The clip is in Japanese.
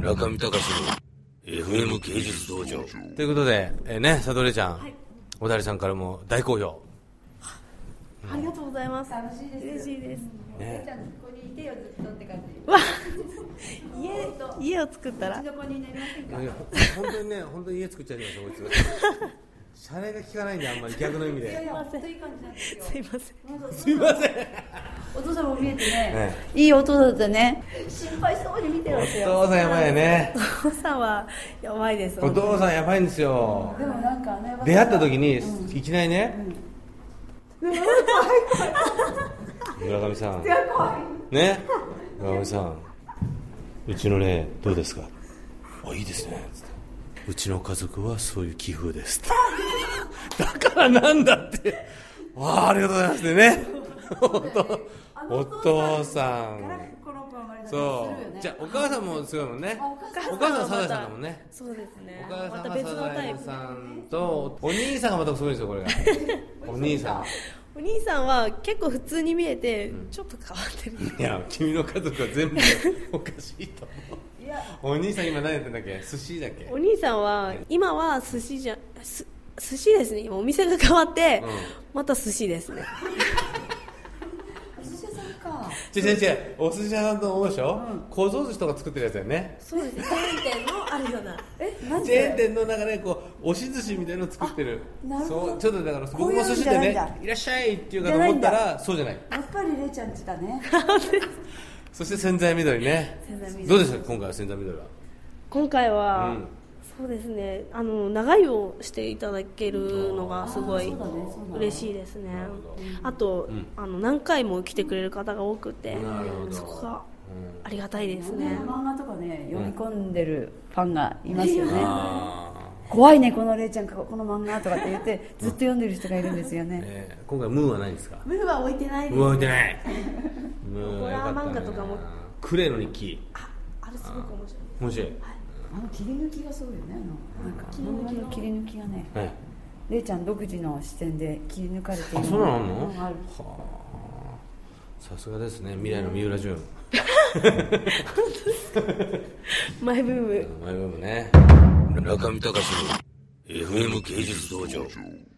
中見隆の FM 芸術道場。ということで、えーね、さとれちゃん、小田さんからも大好評。ありがとうございます。楽しいですよ嬉しいです。ちゃんここにいてよずっとって感じわ、と家を作ったらうち。の子になりませんかいや本当にね、本当に家作っちゃいました、こいつ。 シャレが効かないんで、あんまり逆の意味いやいで。や本当いい感じなんですよすいません。すいません。お父さんも見えてねねいいお父さんだったね心配そうに見てるんですよお父さんやばいよね。お父さんはやばいです。お父さんやばいんですよ。でもなんかね出会った時に、いきなりね。村上さん。ね。村上さん。うちのね、どうですか。あ、いいですね。つってうちの家族はそういう気風です。だからなんだって。わあ、ありがとうございますってね。お父さガラん。コロコロ生まれたりそするよねう。じゃあ、お母さんもすごいもんね。おお母母ささんんはまたサザエさんだもんね。そうですねお。母さまんたが別サのザタイエプ。さんと、お兄さんがまたすごいんですよ、こ れが。お兄さん。お兄さんは結構普通に見えて、ちょっと変わってる。いや君の家族は全部おかしいといや思うお兄さん今何やってんだっけ寿司だっけお兄さんは今は寿司じゃす寿司ですね。今お店が変わって、うんまた寿司ですね。お寿司屋さんか違う違う違うお寿司屋さんと思うでしょ、小僧寿司とか作ってるやつだよねそうですね。チェーン店のあるような。えなんチェーンで店の中でこう押し寿司みたいなの作ってるあなるほどそうちょっとだからこう僕いうもの寿司でじゃないんねだいらっしゃいっていうかと思ったじゃらそうじゃないやっぱりレイちゃんちだねそして洗剤緑ね洗剤緑どうでした今回は洗剤緑は今回は、うんそうですねあの長居をしていただけるのがすごいあーそうだねそうだね嬉しいですねなるほどあと、うんあの何回も来てくれる方が多くてなるほどそこがうんありがたいですね漫画とかね読み込んでるファンがいますよねあ怖いねこのレイちゃんこの漫画とかって言ってずっと読んでる人がいるんですよーねえー今回ムーはないんですかムーは置いてないでムーは置いてないムーはホよかったラーね漫画とかもクレイの日記あれすごく面白い面白い、あの切り抜きがすごいよねあのなんか漫画の切り抜きがねはいレイちゃん独自の視点で切り抜かれていあるそうなのあんのうんあるはあさすがですね未来の三浦淳マイブーム前部分ね中見隆の FM 芸術道場。